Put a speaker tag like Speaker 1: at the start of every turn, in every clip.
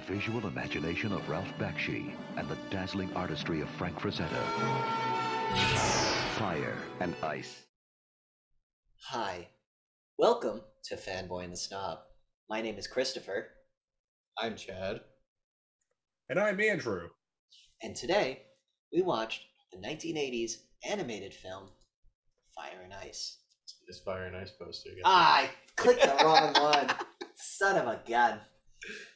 Speaker 1: visual imagination of Ralph Bakshi and the dazzling artistry of Frank Frazetta. Fire and Ice.
Speaker 2: Hi. Welcome to Fanboy and the Snob. My name is Christopher,
Speaker 3: I'm Chad.
Speaker 4: And I'm Andrew.
Speaker 2: and today we watched the 1980s animated film Fire and Ice.
Speaker 3: It's Fire and Ice poster again.
Speaker 2: Ah, I clicked the wrong one. Son of a gun.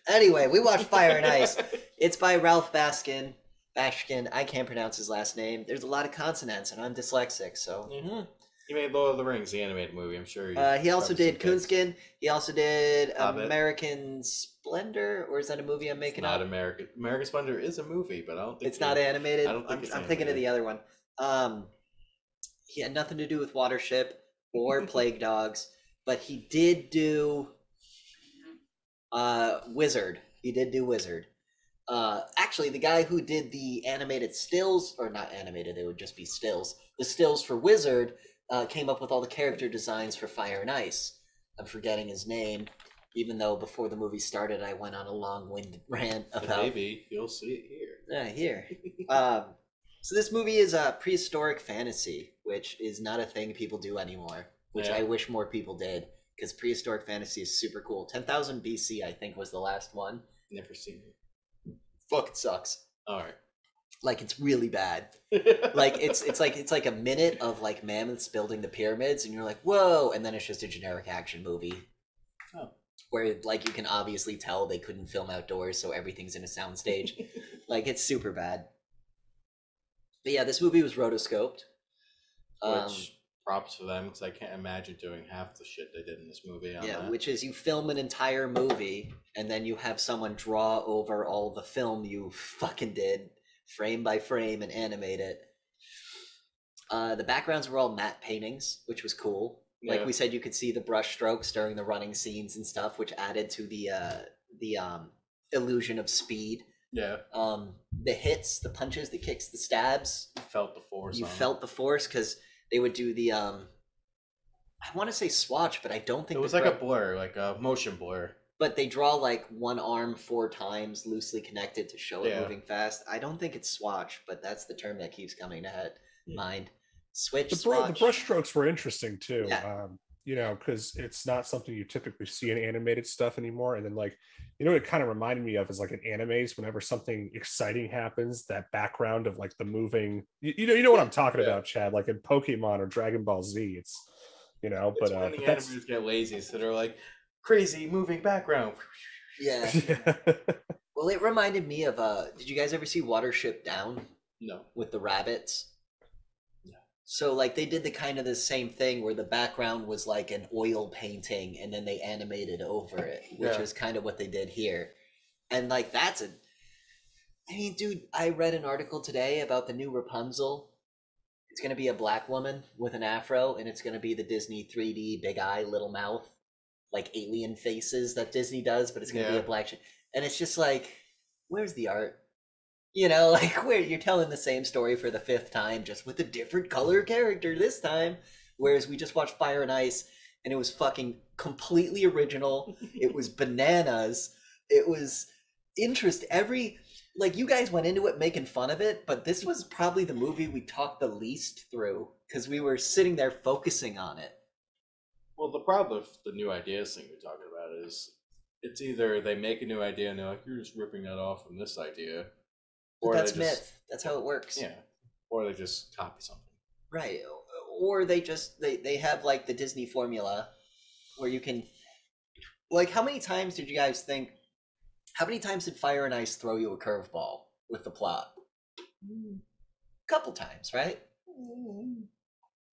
Speaker 2: Anyway, we watched Fire and Ice. It's by Ralph Baskin. Bashkin, I can't pronounce his last name. There's a lot of consonants, and I'm dyslexic, so.
Speaker 3: hmm He made Lord of the Rings, the animated movie. I'm sure. you
Speaker 2: Uh, he also
Speaker 3: probably
Speaker 2: did
Speaker 3: seen pics.
Speaker 2: Coonskin. He also did
Speaker 3: Hobbit.
Speaker 2: American Splendor, or is that a movie I'm
Speaker 3: It's
Speaker 2: making
Speaker 3: not
Speaker 2: up?
Speaker 3: American. American Splendor is a movie, but I don't think
Speaker 2: It's not
Speaker 3: it.
Speaker 2: animated.
Speaker 3: I don't think
Speaker 2: I'm,
Speaker 3: it's
Speaker 2: I'm thinking of the other one. Um, he had nothing to do with Watership or Plague Dogs, but he did do uh, Wizard. He did do Wizard. Uh, actually, the guy who did the animated stills, or not animated, they would just be stills. The stills for Wizard uh, came up with all the character designs for Fire and Ice. I'm forgetting his name, even though before the movie started, I went on a long-winded rant
Speaker 3: But
Speaker 2: about
Speaker 3: Maybe you'll see it here.
Speaker 2: yeah, Ah, here. um, so this movie is a prehistoric fantasy, which is not a thing people do anymore. Which
Speaker 3: Yeah.
Speaker 2: I wish more people did, because prehistoric fantasy is super cool. Ten thousand BC, I think, was the last one.
Speaker 3: Never seen it.
Speaker 2: Fuck, it sucks.
Speaker 3: All right.
Speaker 2: Like it's really bad. Like it's it's like it's like a minute of like mammoths building the pyramids, and you're like, whoa, and then it's just a generic action movie.
Speaker 3: Oh.
Speaker 2: Where like you can obviously tell they couldn't film outdoors, so everything's in a soundstage. Like it's super bad. But yeah, this movie was rotoscoped. Um,
Speaker 3: Which props to them because I can't imagine doing half the shit they did in this movie. On
Speaker 2: yeah,
Speaker 3: that.
Speaker 2: which is you film an entire movie and then you have someone draw over all the film you fucking did, frame by frame, and animate it. Uh, the backgrounds were all matte paintings, which was cool. Like
Speaker 3: Yeah.
Speaker 2: we said, you could see the brush strokes during the running scenes and stuff, which added to the uh, the um, illusion of speed.
Speaker 3: yeah,
Speaker 2: Um, the hits, the punches, the kicks, the stabs,
Speaker 3: you felt the force.
Speaker 2: you
Speaker 3: on it.
Speaker 2: felt the force because they would do the um i want to say swatch but i don't think
Speaker 3: it was
Speaker 2: the
Speaker 3: like a
Speaker 2: correct-
Speaker 3: blur, like a motion blur.
Speaker 2: but they draw like one arm four times loosely connected to show it
Speaker 3: Yeah.
Speaker 2: moving fast i don't think it's swatch but that's the term that keeps coming to head
Speaker 3: Yeah.
Speaker 2: mind switch
Speaker 4: The, bru- the
Speaker 2: swatch.
Speaker 4: brush strokes were interesting too.
Speaker 2: Yeah.
Speaker 4: Um, you know, because it's not something you typically see in animated stuff anymore. And then, like, you know, what it kind of reminded me of is like in animes, whenever something exciting happens, that background of like the moving, you, you know, you know what I'm talking
Speaker 3: Yeah.
Speaker 4: about, Chad. Like in Pokemon or Dragon Ball Z, it's, you know, but,
Speaker 3: it's
Speaker 4: uh,
Speaker 3: when the
Speaker 4: but that's
Speaker 3: animators get lazy, so they're like crazy moving background.
Speaker 2: yeah well it reminded me of uh did you guys ever see watership down
Speaker 3: No,
Speaker 2: with the rabbits.
Speaker 3: No.
Speaker 2: So like they did the kind of the same thing where the background was like an oil painting and then they animated over it, which
Speaker 3: Yeah.
Speaker 2: is kind of what they did here. And like that's a I mean, dude, I read an article today about the new Rapunzel. It's gonna be a black woman with an afro, and it's gonna be the Disney 3D big eye, little mouth, like alien faces that Disney does, but it's gonna be
Speaker 3: Yeah.
Speaker 2: a black. Sh- and it's just like, where's the art? You know, like where you're telling the same story for the fifth time, just with a different color character this time. Whereas we just watched Fire and Ice, and it was fucking completely original. it was bananas. It was interest every like you guys went into it making fun of it, but this was probably the movie we talked the least through because we were sitting there focusing on it.
Speaker 3: Well, the problem with the new ideas thing you're talking about is it's either they make a new idea and they're like, you're just ripping that off from this idea.
Speaker 2: But
Speaker 3: they
Speaker 2: that's
Speaker 3: just,
Speaker 2: myth. That's how it works.
Speaker 3: Yeah. Or they just copy something.
Speaker 2: Right. Or they just they they have like the Disney formula where you can like how many times did you guys think how many times did Fire and Ice throw you a curveball with the plot? couple times, right?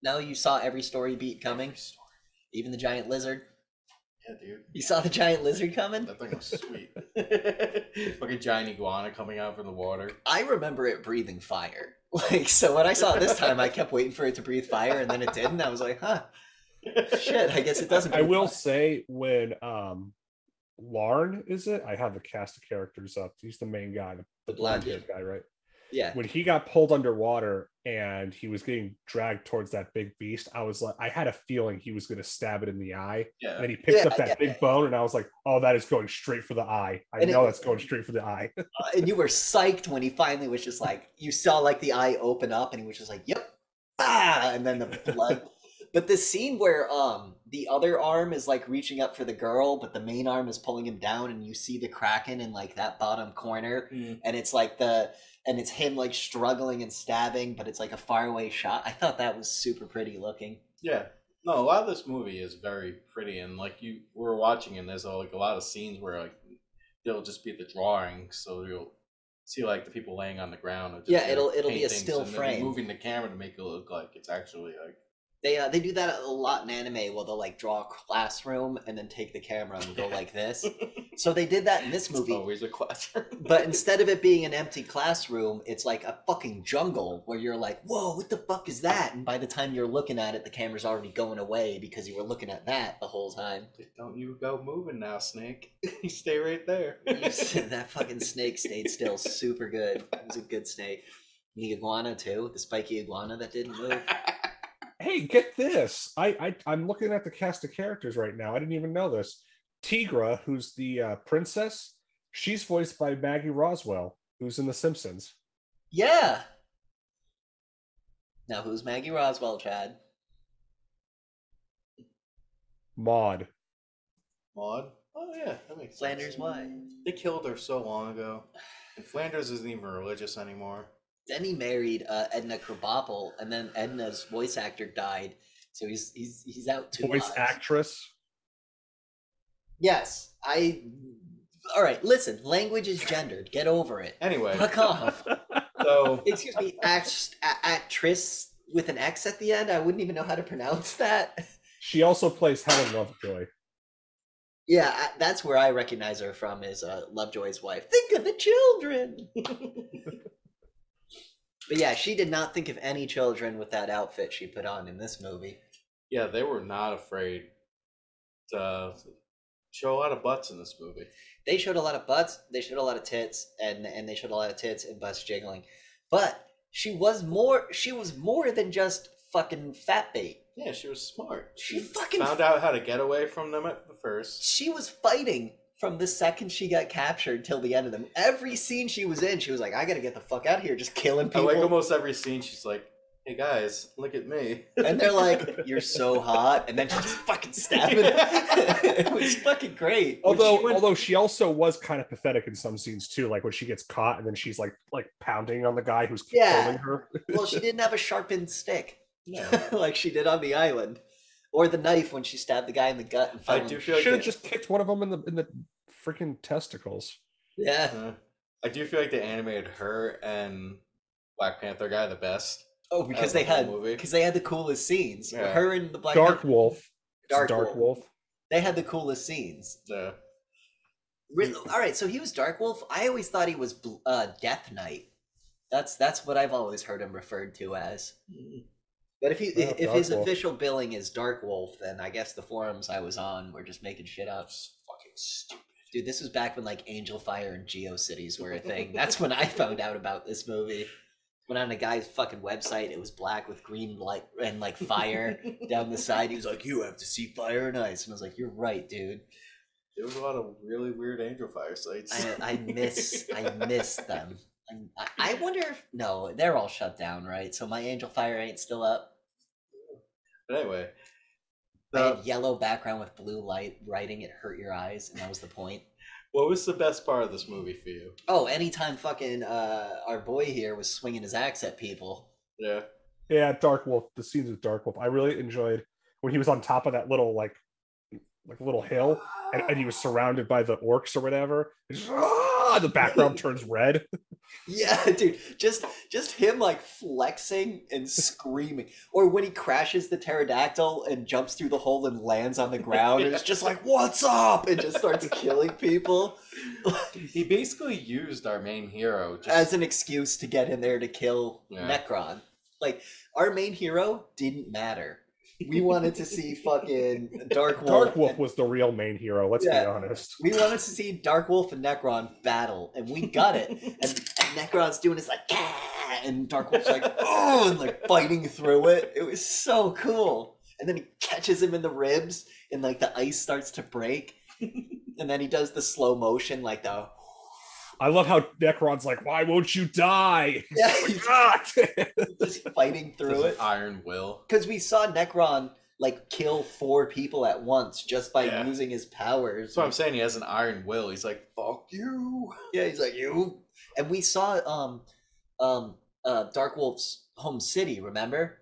Speaker 2: No, you saw every story beat coming, even the giant lizard.
Speaker 3: Yeah, dude.
Speaker 2: You saw the giant lizard coming?
Speaker 3: That thing was sweet. like a giant iguana coming out from the water.
Speaker 2: I remember it breathing fire. Like, so when I saw it this time, I kept waiting for it to breathe fire, and then it didn't. I was like, huh, shit, I guess it doesn't.
Speaker 4: I
Speaker 2: breathe
Speaker 4: will
Speaker 2: fire.
Speaker 4: say when um Larn is it? I have the cast of characters up. He's the main guy, the,
Speaker 2: The blonde
Speaker 4: blonde-haired guy, right?
Speaker 2: Yeah.
Speaker 4: when he got pulled underwater and he was getting dragged towards that big beast, I was like, I had a feeling he was going to stab it in the eye.
Speaker 3: Yeah.
Speaker 4: And then he picks
Speaker 2: Yeah,
Speaker 4: up that
Speaker 2: yeah,
Speaker 4: big
Speaker 2: yeah.
Speaker 4: bone, and I was like, oh, that is going straight for the eye. I
Speaker 2: And it-
Speaker 4: know that's going straight for the eye.
Speaker 2: Uh, and you were psyched when he finally was just like, you saw like the eye open up and he was just like, yep, ah, and then the blood. but this scene where um the other arm is like reaching up for the girl, but the main arm is pulling him down, and you see the kraken in like that bottom corner,
Speaker 3: Mm.
Speaker 2: and it's like the and it's him like struggling and stabbing, but it's like a faraway shot. I thought that was super pretty looking.
Speaker 3: Yeah. No, a lot of this movie is very pretty, and like you were watching, and there's uh, like a lot of scenes where like they'll just be the drawing, so you'll see like the people laying on the ground. Or just
Speaker 2: Yeah,
Speaker 3: their
Speaker 2: it'll- it'll be a
Speaker 3: paintings,
Speaker 2: still
Speaker 3: and then
Speaker 2: frame.
Speaker 3: moving the camera to make it look like it's actually like
Speaker 2: They uh, they do that a lot in anime, where they'll like draw a classroom and then take the camera and go like this. So they did that in this
Speaker 3: it's
Speaker 2: movie.
Speaker 3: always a classroom.
Speaker 2: but instead of it being an empty classroom, it's like a fucking jungle where you're like, whoa, what the fuck is that? And by the time you're looking at it, the camera's already going away because you were looking at that the whole time.
Speaker 3: don't you go moving now, Snake. you stay right there.
Speaker 2: that fucking snake stayed still super good. It was a good snake. And The iguana, too, the spiky iguana that didn't move.
Speaker 4: hey, get this. I, I I'm looking at the cast of characters right now. I didn't even know this. Tigra, who's the uh, princess, she's voiced by Maggie Roswell, who's in The Simpsons.
Speaker 2: Yeah! Now, who's Maggie Roswell, Chad?
Speaker 4: Maud.
Speaker 3: Maud. Oh yeah, that makes
Speaker 2: Flanders,
Speaker 3: sense.
Speaker 2: why?
Speaker 3: They killed her so long ago, and Flanders isn't even religious anymore.
Speaker 2: Then he married uh, Edna Krabappel, and then Edna's voice actor died. So he's he's he's out two
Speaker 4: voice
Speaker 2: lives.
Speaker 4: actress.
Speaker 2: Yes, I. All right, listen. Language is gendered. Get over it.
Speaker 3: Anyway,
Speaker 2: Fuck off.
Speaker 3: so
Speaker 2: Excuse me, act- a- actress with an X at the end. I wouldn't even know how to pronounce that.
Speaker 4: She also plays Helen Lovejoy.
Speaker 2: Yeah, I- that's where I recognize her from is uh, Lovejoy's wife. Think of the children. but yeah, she did not think of any children with that outfit she put on in this movie.
Speaker 3: yeah, they were not afraid to show a lot of butts in this movie.
Speaker 2: they showed a lot of butts, they showed a lot of tits, and and they showed a lot of tits and butts jiggling. But she was more she was more than just fucking fat bait.
Speaker 3: Yeah, she was smart.
Speaker 2: She fucking-
Speaker 3: found out how to get away from them at the first.
Speaker 2: She was fighting from the second she got captured till the end of them. Every scene she was in, she was like, I gotta get the fuck out of here, just killing
Speaker 3: I
Speaker 2: people.
Speaker 3: like almost every scene. She's like, "Hey guys, look at me."
Speaker 2: and they're like, You're so hot and then she just fucking stabbing them. it was fucking great.
Speaker 3: When
Speaker 4: Although
Speaker 3: she went-
Speaker 4: although she also was kind of pathetic in some scenes too, like when she gets caught and then she's like like pounding on the guy who's
Speaker 2: Yeah.
Speaker 4: holding her.
Speaker 2: Well, she didn't have a sharpened stick.
Speaker 3: No.
Speaker 2: like she did on the island. Or the knife when she stabbed the guy in the gut and fell
Speaker 3: I
Speaker 2: in
Speaker 3: do feel like
Speaker 4: Should have
Speaker 3: they-
Speaker 4: just kicked one of them in the in the freaking testicles.
Speaker 2: Yeah.
Speaker 3: Uh, I do feel like they animated her and Black Panther guy the best.
Speaker 2: Oh, because
Speaker 3: the
Speaker 2: they
Speaker 3: whole
Speaker 2: had
Speaker 3: movie.
Speaker 2: because they had the coolest scenes.
Speaker 3: Yeah.
Speaker 2: Her and the Black
Speaker 4: Dark
Speaker 2: Panther-
Speaker 4: Wolf. It's
Speaker 2: Dark
Speaker 4: Dark
Speaker 2: Wolf.
Speaker 4: Wolf.
Speaker 2: They had the coolest scenes.
Speaker 3: Yeah.
Speaker 2: Rid- All right, so he was Dark Wolf. I always thought he was Bl- uh, Death Knight. That's that's what I've always heard him referred to as. But if he
Speaker 4: Yeah,
Speaker 2: if
Speaker 4: Dark
Speaker 2: his
Speaker 4: Wolf.
Speaker 2: official billing is Dark Wolf, then I guess the forums I was on were just making shit up. Fucking stupid, dude. This was back when like Angel Fire and Geo Cities were a thing. That's when I found out about this movie. Went on a guy's fucking website. It was black with green light and like fire down the side. He was like, "You have to see fire and ice," and I was like, "You're right, dude."
Speaker 3: There was a lot of really weird Angel Fire sites.
Speaker 2: I, I miss I miss them. I'm- I, I wonder if no, they're all shut down, right? So my Angel Fire ain't still up.
Speaker 3: But anyway, Um,
Speaker 2: I
Speaker 3: the-
Speaker 2: had yellow background with blue light writing. It hurt your eyes, and that was the point.
Speaker 3: what was the best part of this movie for you?
Speaker 2: Oh, anytime fucking uh, our boy here was swinging his axe at people.
Speaker 3: Yeah.
Speaker 4: Yeah, Dark Wolf. The scenes with Dark Wolf. I really enjoyed when he was on top of that little like like little hill and, and he was surrounded by the orcs or whatever. It's just, "Ah!" the background turns red.
Speaker 2: Yeah, dude, just just him like flexing and screaming, or when he crashes the pterodactyl and jumps through the hole and lands on the ground, and it's just like, "What's up?" and just starts killing people.
Speaker 3: He basically used our main hero. Just,
Speaker 2: as an excuse to get in there to kill
Speaker 3: Yeah.
Speaker 2: Necron. Like our main hero didn't matter. We wanted to see fucking Dark Wolf.
Speaker 4: Dark Wolf was the real main hero. Let's be
Speaker 2: Yeah.
Speaker 4: honest.
Speaker 2: We wanted to see Dark Wolf and Necron battle, and we got it. And, and Necron's doing his like, "Ah," and Dark Wolf's like, oh, and like fighting through it. It was so cool. And then he catches him in the ribs, and like the ice starts to break. And then he does the slow motion, like the
Speaker 4: I love how Necron's like, "Why won't you die?"
Speaker 2: yeah, he's
Speaker 4: God!
Speaker 2: just fighting through
Speaker 3: Says
Speaker 2: it.
Speaker 3: Iron Will.
Speaker 2: Because we saw Necron like kill four people at once just by
Speaker 3: Yeah.
Speaker 2: using his powers.
Speaker 3: That's what I'm saying. He has an Iron Will. He's like, fuck you.
Speaker 2: Yeah, he's like you. And we saw um um uh Dark Wolf's home city, remember?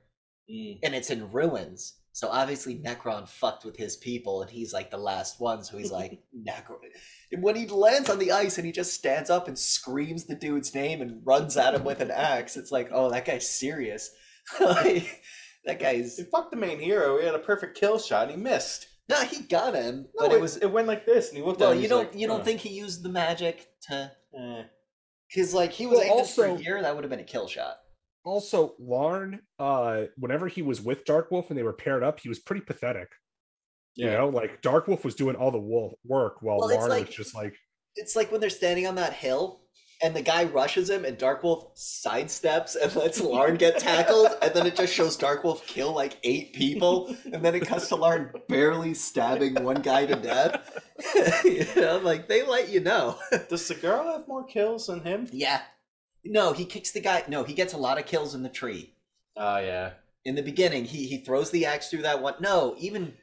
Speaker 2: And it's in ruins. So obviously Necron fucked with his people and he's like the last one, so he's like Necron and when he lands on the ice and he just stands up and screams the dude's name and runs at him with an axe, it's like, oh that guy's serious. like that guy's
Speaker 3: He fucked the main hero. He had a perfect kill shot. And he missed.
Speaker 2: No, he got him,
Speaker 3: No,
Speaker 2: but it was
Speaker 3: it went like this, and he looked
Speaker 2: well,
Speaker 3: at him.
Speaker 2: you
Speaker 3: he's
Speaker 2: don't
Speaker 3: like,
Speaker 2: you don't
Speaker 3: "Uh,
Speaker 2: think he used the magic to
Speaker 3: eh."
Speaker 2: because like he was
Speaker 4: Well,
Speaker 2: aimed for
Speaker 4: also-
Speaker 2: here, that would have been a kill shot.
Speaker 4: also, Larn, uh, whenever he was with Dark Wolf and they were paired up, he was pretty pathetic. You know, like Dark Wolf was doing all the wolf work while
Speaker 2: Well, it's
Speaker 4: Larn
Speaker 2: like-
Speaker 4: was just like,
Speaker 2: it's like when they're standing on that hill and the guy rushes him and Dark Wolf sidesteps and lets Larn get tackled and then it just shows Dark Wolf kill like eight people and then it cuts to Larn barely stabbing one guy to death. you know, like they let you know.
Speaker 3: Does the girl have more kills than him?
Speaker 2: Yeah. No, he kicks the guy no, he gets a lot of kills in the tree.
Speaker 3: Oh yeah.
Speaker 2: In the beginning, he he throws the axe through that one no, even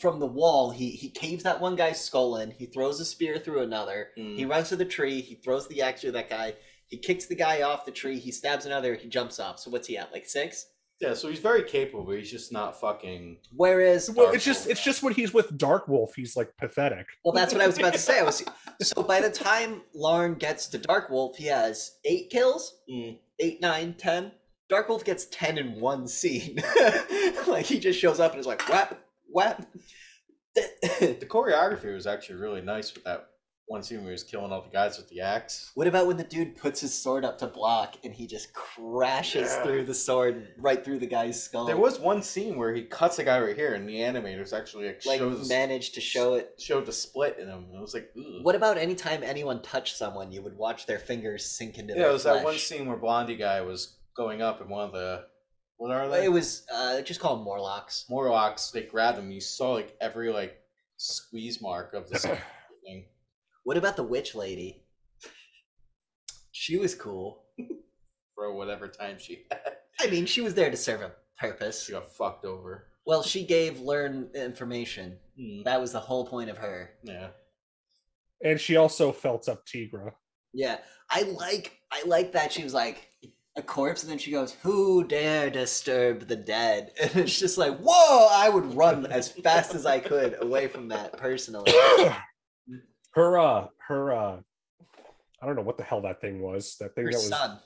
Speaker 2: from the wall, he he caves that one guy's skull in, he throws a spear through another. He runs to the tree. He throws the axe through that guy. He kicks the guy off the tree. He stabs another. He jumps off. So what's he at? Like six.
Speaker 3: Yeah, so he's very capable. He's just not fucking.
Speaker 2: Whereas,
Speaker 4: well,
Speaker 3: Dark
Speaker 4: it's just
Speaker 3: Wolf.
Speaker 4: it's just when he's with Dark Wolf, he's like pathetic.
Speaker 2: well, that's what I was about to say. I was so by the time Larn gets to Dark Wolf, he has eight kills, eight, nine, ten. Dark Wolf gets ten in one scene. like he just shows up and is like whap whap.
Speaker 3: The choreography was actually really nice with that one scene where he was killing all the guys with the axe.
Speaker 2: What about when the dude puts his sword up to block and he just crashes
Speaker 3: Yeah.
Speaker 2: through the sword and right through the guy's skull?
Speaker 3: There was one scene where he cuts a guy right here, and the animators actually like,
Speaker 2: like
Speaker 3: shows
Speaker 2: managed to show it
Speaker 3: showed the split in him. And it was like, Ugh.
Speaker 2: What about any time anyone touched someone, you would watch their fingers sink into
Speaker 3: Yeah,
Speaker 2: their
Speaker 3: it was
Speaker 2: flesh?
Speaker 3: that one scene where Blondie guy was going up, and one of the what are they?
Speaker 2: It was uh, just call them Morlocks.
Speaker 3: Morlocks. They grabbed him. You saw like every like squeeze mark of this thing.
Speaker 2: What about the witch lady? She was cool.
Speaker 3: for whatever time she had.
Speaker 2: I mean, she was there to serve a purpose.
Speaker 3: She got fucked over.
Speaker 2: Well, she gave Learn information. That was the whole point of her.
Speaker 3: Yeah.
Speaker 4: And she also felt up Tigra.
Speaker 2: Yeah, I like I like that she was like a corpse, and then she goes, "Who dare disturb the dead?" And it's just like, whoa! I would run as fast as I could away from that personally.
Speaker 4: her uh her uh I don't know what the hell that thing was. That thing
Speaker 2: her
Speaker 4: that was
Speaker 2: son.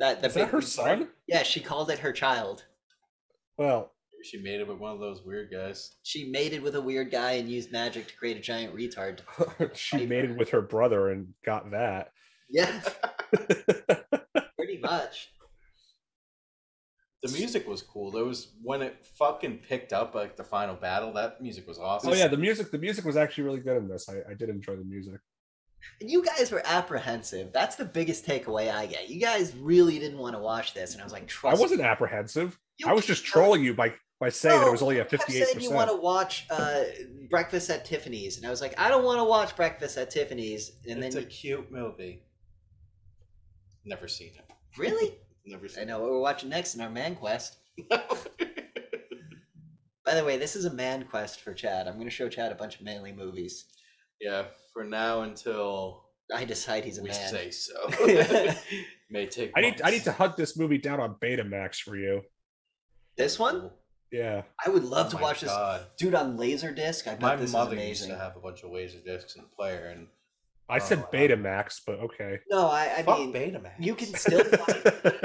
Speaker 2: That the
Speaker 4: Is that
Speaker 2: big
Speaker 4: her
Speaker 2: blue bird?
Speaker 4: son?
Speaker 2: Yeah, she called it her child.
Speaker 4: Well,
Speaker 3: Maybe She made it with one of those weird guys.
Speaker 2: She mated with a weird guy and used magic to create a giant retard.
Speaker 4: she mated with her brother and got that.
Speaker 2: Yeah, pretty much.
Speaker 3: The music was cool. There was when it fucking picked up like the final battle. That music was awesome.
Speaker 4: Oh yeah, the music the music was actually really good in this. I, I did enjoy the music.
Speaker 2: And you guys were apprehensive. That's the biggest takeaway I get. You guys really didn't want to watch this, and I was like,
Speaker 4: I
Speaker 2: trust.
Speaker 4: wasn't apprehensive.
Speaker 2: You
Speaker 4: I was
Speaker 2: kept
Speaker 4: just trolling you by by saying that it was
Speaker 2: No,
Speaker 4: only
Speaker 2: you
Speaker 4: at
Speaker 2: kept
Speaker 4: fifty eight
Speaker 2: saying You want
Speaker 4: percent.
Speaker 2: to watch uh, Breakfast at Tiffany's, and I was like, I don't want to watch Breakfast at Tiffany's. And
Speaker 3: it's
Speaker 2: then,
Speaker 3: a cute movie. Never seen it.
Speaker 2: you, really?
Speaker 3: Never
Speaker 2: I
Speaker 3: seen
Speaker 2: know what we're watching next in our man quest. By the way, this is a man quest for Chad. I'm going to show Chad a bunch of manly movies.
Speaker 3: Yeah, for now until
Speaker 2: I decide he's a
Speaker 3: we
Speaker 2: man.
Speaker 3: say so. May take.
Speaker 4: I need I need
Speaker 3: months.
Speaker 4: to hunt this movie down on Betamax for you.
Speaker 2: This one?
Speaker 4: Yeah.
Speaker 2: I would love to
Speaker 3: Oh my
Speaker 2: watch this
Speaker 3: God.
Speaker 2: dude on Laserdisc. I bet
Speaker 3: My
Speaker 2: this
Speaker 3: mother
Speaker 2: is
Speaker 3: used
Speaker 2: amazing.
Speaker 3: to have a bunch of laser discs in the player, and
Speaker 4: I said
Speaker 3: Oh, wow.
Speaker 4: Betamax, but okay.
Speaker 2: No, I, I
Speaker 3: fuck
Speaker 2: mean,
Speaker 3: Betamax.
Speaker 2: you can still find,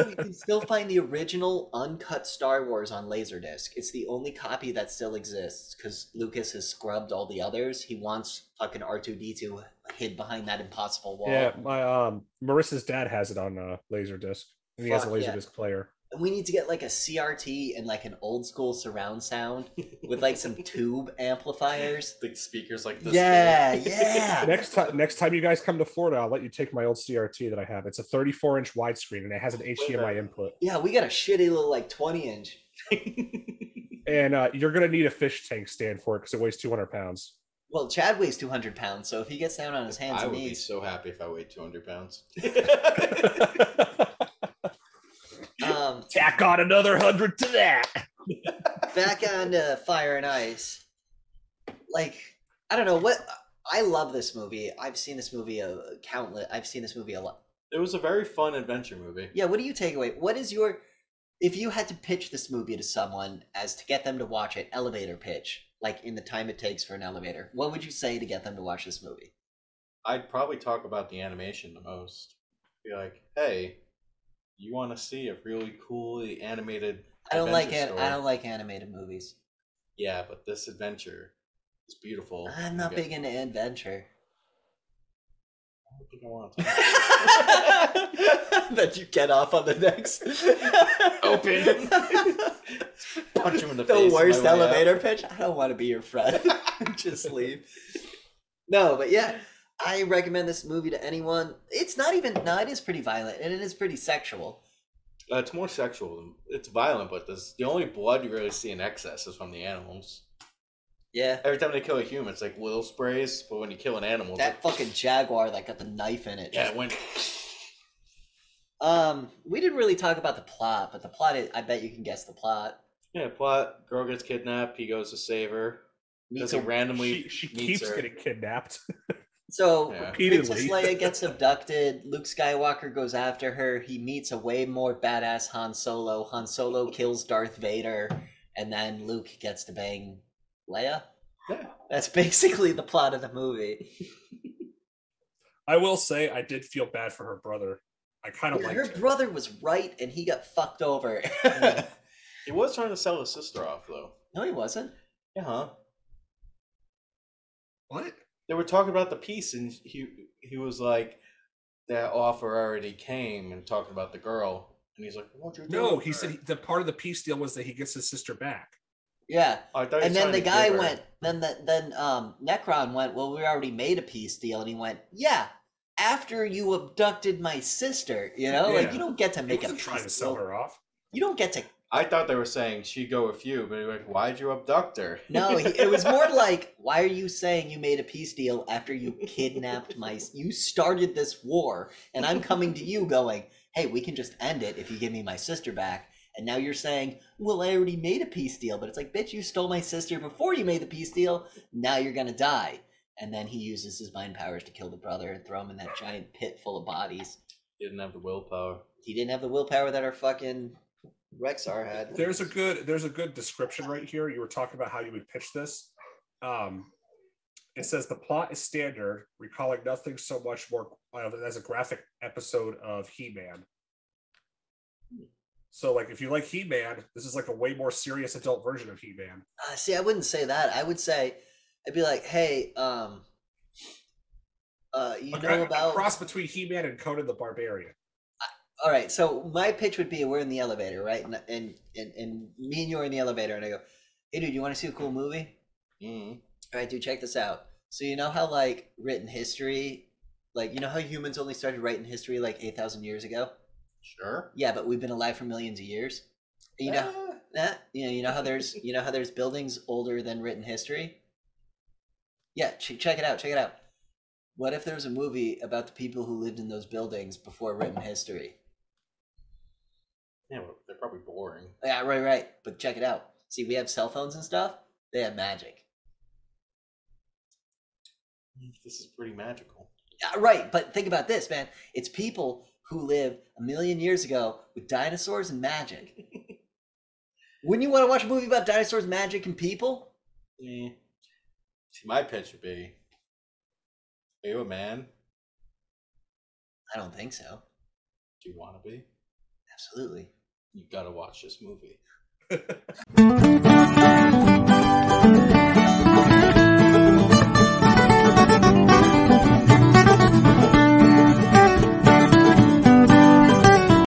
Speaker 2: you can still find the original uncut Star Wars on Laserdisc. It's the only copy that still exists because Lucas has scrubbed all the others. He wants fucking R2D2 hid behind that impossible wall.
Speaker 4: Yeah, my um Marissa's dad has it on uh Laserdisc. And he has a
Speaker 2: Fuck yeah.
Speaker 4: Laserdisc player.
Speaker 2: we need to get like a CRT and like an old school surround sound with like some tube amplifiers.
Speaker 3: The speakers like this.
Speaker 2: Yeah,
Speaker 3: big.
Speaker 2: yeah.
Speaker 4: next time, next time you guys come to Florida, I'll let you take my old CRT that I have. It's a 34 inch widescreen and it has an HDMI input.
Speaker 2: Yeah, we got a shitty little like 20 inch.
Speaker 4: And uh, you're gonna need a fish tank stand for it because it weighs 200 pounds.
Speaker 2: Well, Chad weighs 200 pounds, so if he gets down on his hands
Speaker 3: I
Speaker 2: and
Speaker 3: would be
Speaker 2: knees.
Speaker 3: so happy if I weighed 200 pounds.
Speaker 2: Um,
Speaker 4: Tack on another hundred to that.
Speaker 2: back on to Fire and Ice. Like, I don't know what. I love this movie. I've seen this movie a countless. I've seen this movie a lot.
Speaker 3: It was a very fun adventure movie.
Speaker 2: Yeah, what do you take away? What is your if you had to pitch this movie to someone as to get them to watch it, elevator pitch, like in the time it takes for an elevator, what would you say to get them to watch this movie?
Speaker 3: I'd probably talk about the animation the most. Be like, hey, you want to see a really coolly animated?
Speaker 2: I don't like
Speaker 3: adventure
Speaker 2: it.
Speaker 3: story?
Speaker 2: I don't like animated movies.
Speaker 3: Yeah, but this adventure is beautiful.
Speaker 2: I'm not
Speaker 3: Oh, Okay.
Speaker 2: big into adventure.
Speaker 3: I don't think I want to.
Speaker 2: that you get off on the next
Speaker 3: Open. Punch him in the,
Speaker 2: the
Speaker 3: face. on my
Speaker 2: worst
Speaker 3: way out.
Speaker 2: elevator pitch. I don't want to be your friend. Just leave. No, but yeah, I recommend this movie to anyone. It's not even. No, it is pretty violent and it is pretty sexual.
Speaker 3: Uh, it's more sexual. than It's violent, but this, the only blood you really see in excess is from the animals.
Speaker 2: Yeah,
Speaker 3: Every time they kill a human, it's like little sprays, but when you kill an animal, it's
Speaker 2: that
Speaker 3: like,
Speaker 2: fucking jaguar that got the knife in it.
Speaker 3: yeah, it went.
Speaker 2: Um, we didn't really talk about the plot, but the plot. Is, I bet you can guess the plot.
Speaker 3: Yeah, plot. Girl gets kidnapped. He goes to save her. Because
Speaker 2: Meets
Speaker 3: he
Speaker 2: a
Speaker 3: randomly
Speaker 4: She, she
Speaker 3: meets
Speaker 4: keeps
Speaker 3: her.
Speaker 4: getting kidnapped.
Speaker 2: So
Speaker 3: Yeah.
Speaker 2: Princess
Speaker 4: Repeatedly.
Speaker 2: Leia gets abducted. Luke Skywalker goes after her. He meets a way more badass Han Solo. Han Solo kills Darth Vader, and then Luke gets to bang Leia.
Speaker 3: Yeah.
Speaker 2: That's basically the plot of the movie.
Speaker 4: I will say I did feel bad for her brother. I kind of
Speaker 2: Yeah,
Speaker 4: like
Speaker 2: her brother was right, and he got fucked over.
Speaker 3: He was trying to sell his sister off, though.
Speaker 2: no, he wasn't.
Speaker 3: Yeah. Huh?
Speaker 4: what?
Speaker 3: They were talking about the piece, and he he was like, "That offer already came," and talking about the girl. And he's like, "What you
Speaker 4: No, he said he, the part of the peace deal was that he gets his sister back.
Speaker 2: Yeah.
Speaker 3: Oh, I thought he
Speaker 2: and
Speaker 3: was
Speaker 2: then
Speaker 3: trying
Speaker 2: the
Speaker 3: to
Speaker 2: guy
Speaker 3: give her-
Speaker 2: went then the, then um necron went well we already made a peace deal and he went yeah after you abducted my sister you know like
Speaker 4: Yeah.
Speaker 2: you don't get to
Speaker 4: He
Speaker 2: make a
Speaker 4: wasn't
Speaker 2: peace
Speaker 4: trying to
Speaker 2: deal.
Speaker 4: sell her off.
Speaker 2: you don't get to
Speaker 3: I thought they were saying she'd go with you, but he was like, "Why'd you abduct her?"
Speaker 2: no he, it was more like why are you saying you made a peace deal after you kidnapped my s- you started this war and i'm coming to you going hey we can just end it if you give me my sister back and now you're saying well i already made a peace deal but it's like bitch you stole my sister before you made the peace deal now you're gonna die and then he uses his mind powers to kill the brother and throw him in that giant pit full of bodies
Speaker 3: He didn't have the willpower.
Speaker 2: he didn't have the willpower that our fucking rexar had
Speaker 4: there's a good there's a good description right here you were talking about how you would pitch this um it says the plot is standard recalling nothing so much more of it as a graphic episode of he-man so like if you like he-man this is like a way more serious adult version of he-man
Speaker 2: Uh, see, I wouldn't say that. I would say, I'd be like, hey, um, uh, you
Speaker 4: Like,
Speaker 2: know
Speaker 4: a-
Speaker 2: about.
Speaker 4: a cross between he-man and conan the barbarian
Speaker 2: All right, so my pitch would be we're in the elevator, right? And, and, and, and me and you are in the elevator, and I go, hey, dude, you want to see a cool movie?
Speaker 3: Mm.
Speaker 2: All right, dude, check this out. So, you know how, like, written history, like, you know how humans only started writing history like 8,000 years ago?
Speaker 3: Sure.
Speaker 2: Yeah, but we've been alive for millions of years. You know,
Speaker 3: Ah.
Speaker 2: that you know you know how there's you know how there's buildings older than written history yeah ch- check it out check it out what if there's a movie about the people who lived in those buildings before written history
Speaker 3: Yeah, well, they're probably boring.
Speaker 2: yeah right right but check it out see we have cell phones and stuff they have magic
Speaker 3: This is pretty magical.
Speaker 2: yeah, right but think about this man it's people who lived a million years ago with dinosaurs and magic wouldn't you want to watch a movie about dinosaurs magic and people
Speaker 3: Yeah. Eh. See, my pitch would be, "Are you a man?
Speaker 2: i don't think so
Speaker 3: Do you want to be?
Speaker 2: absolutely
Speaker 3: You gotta watch this movie."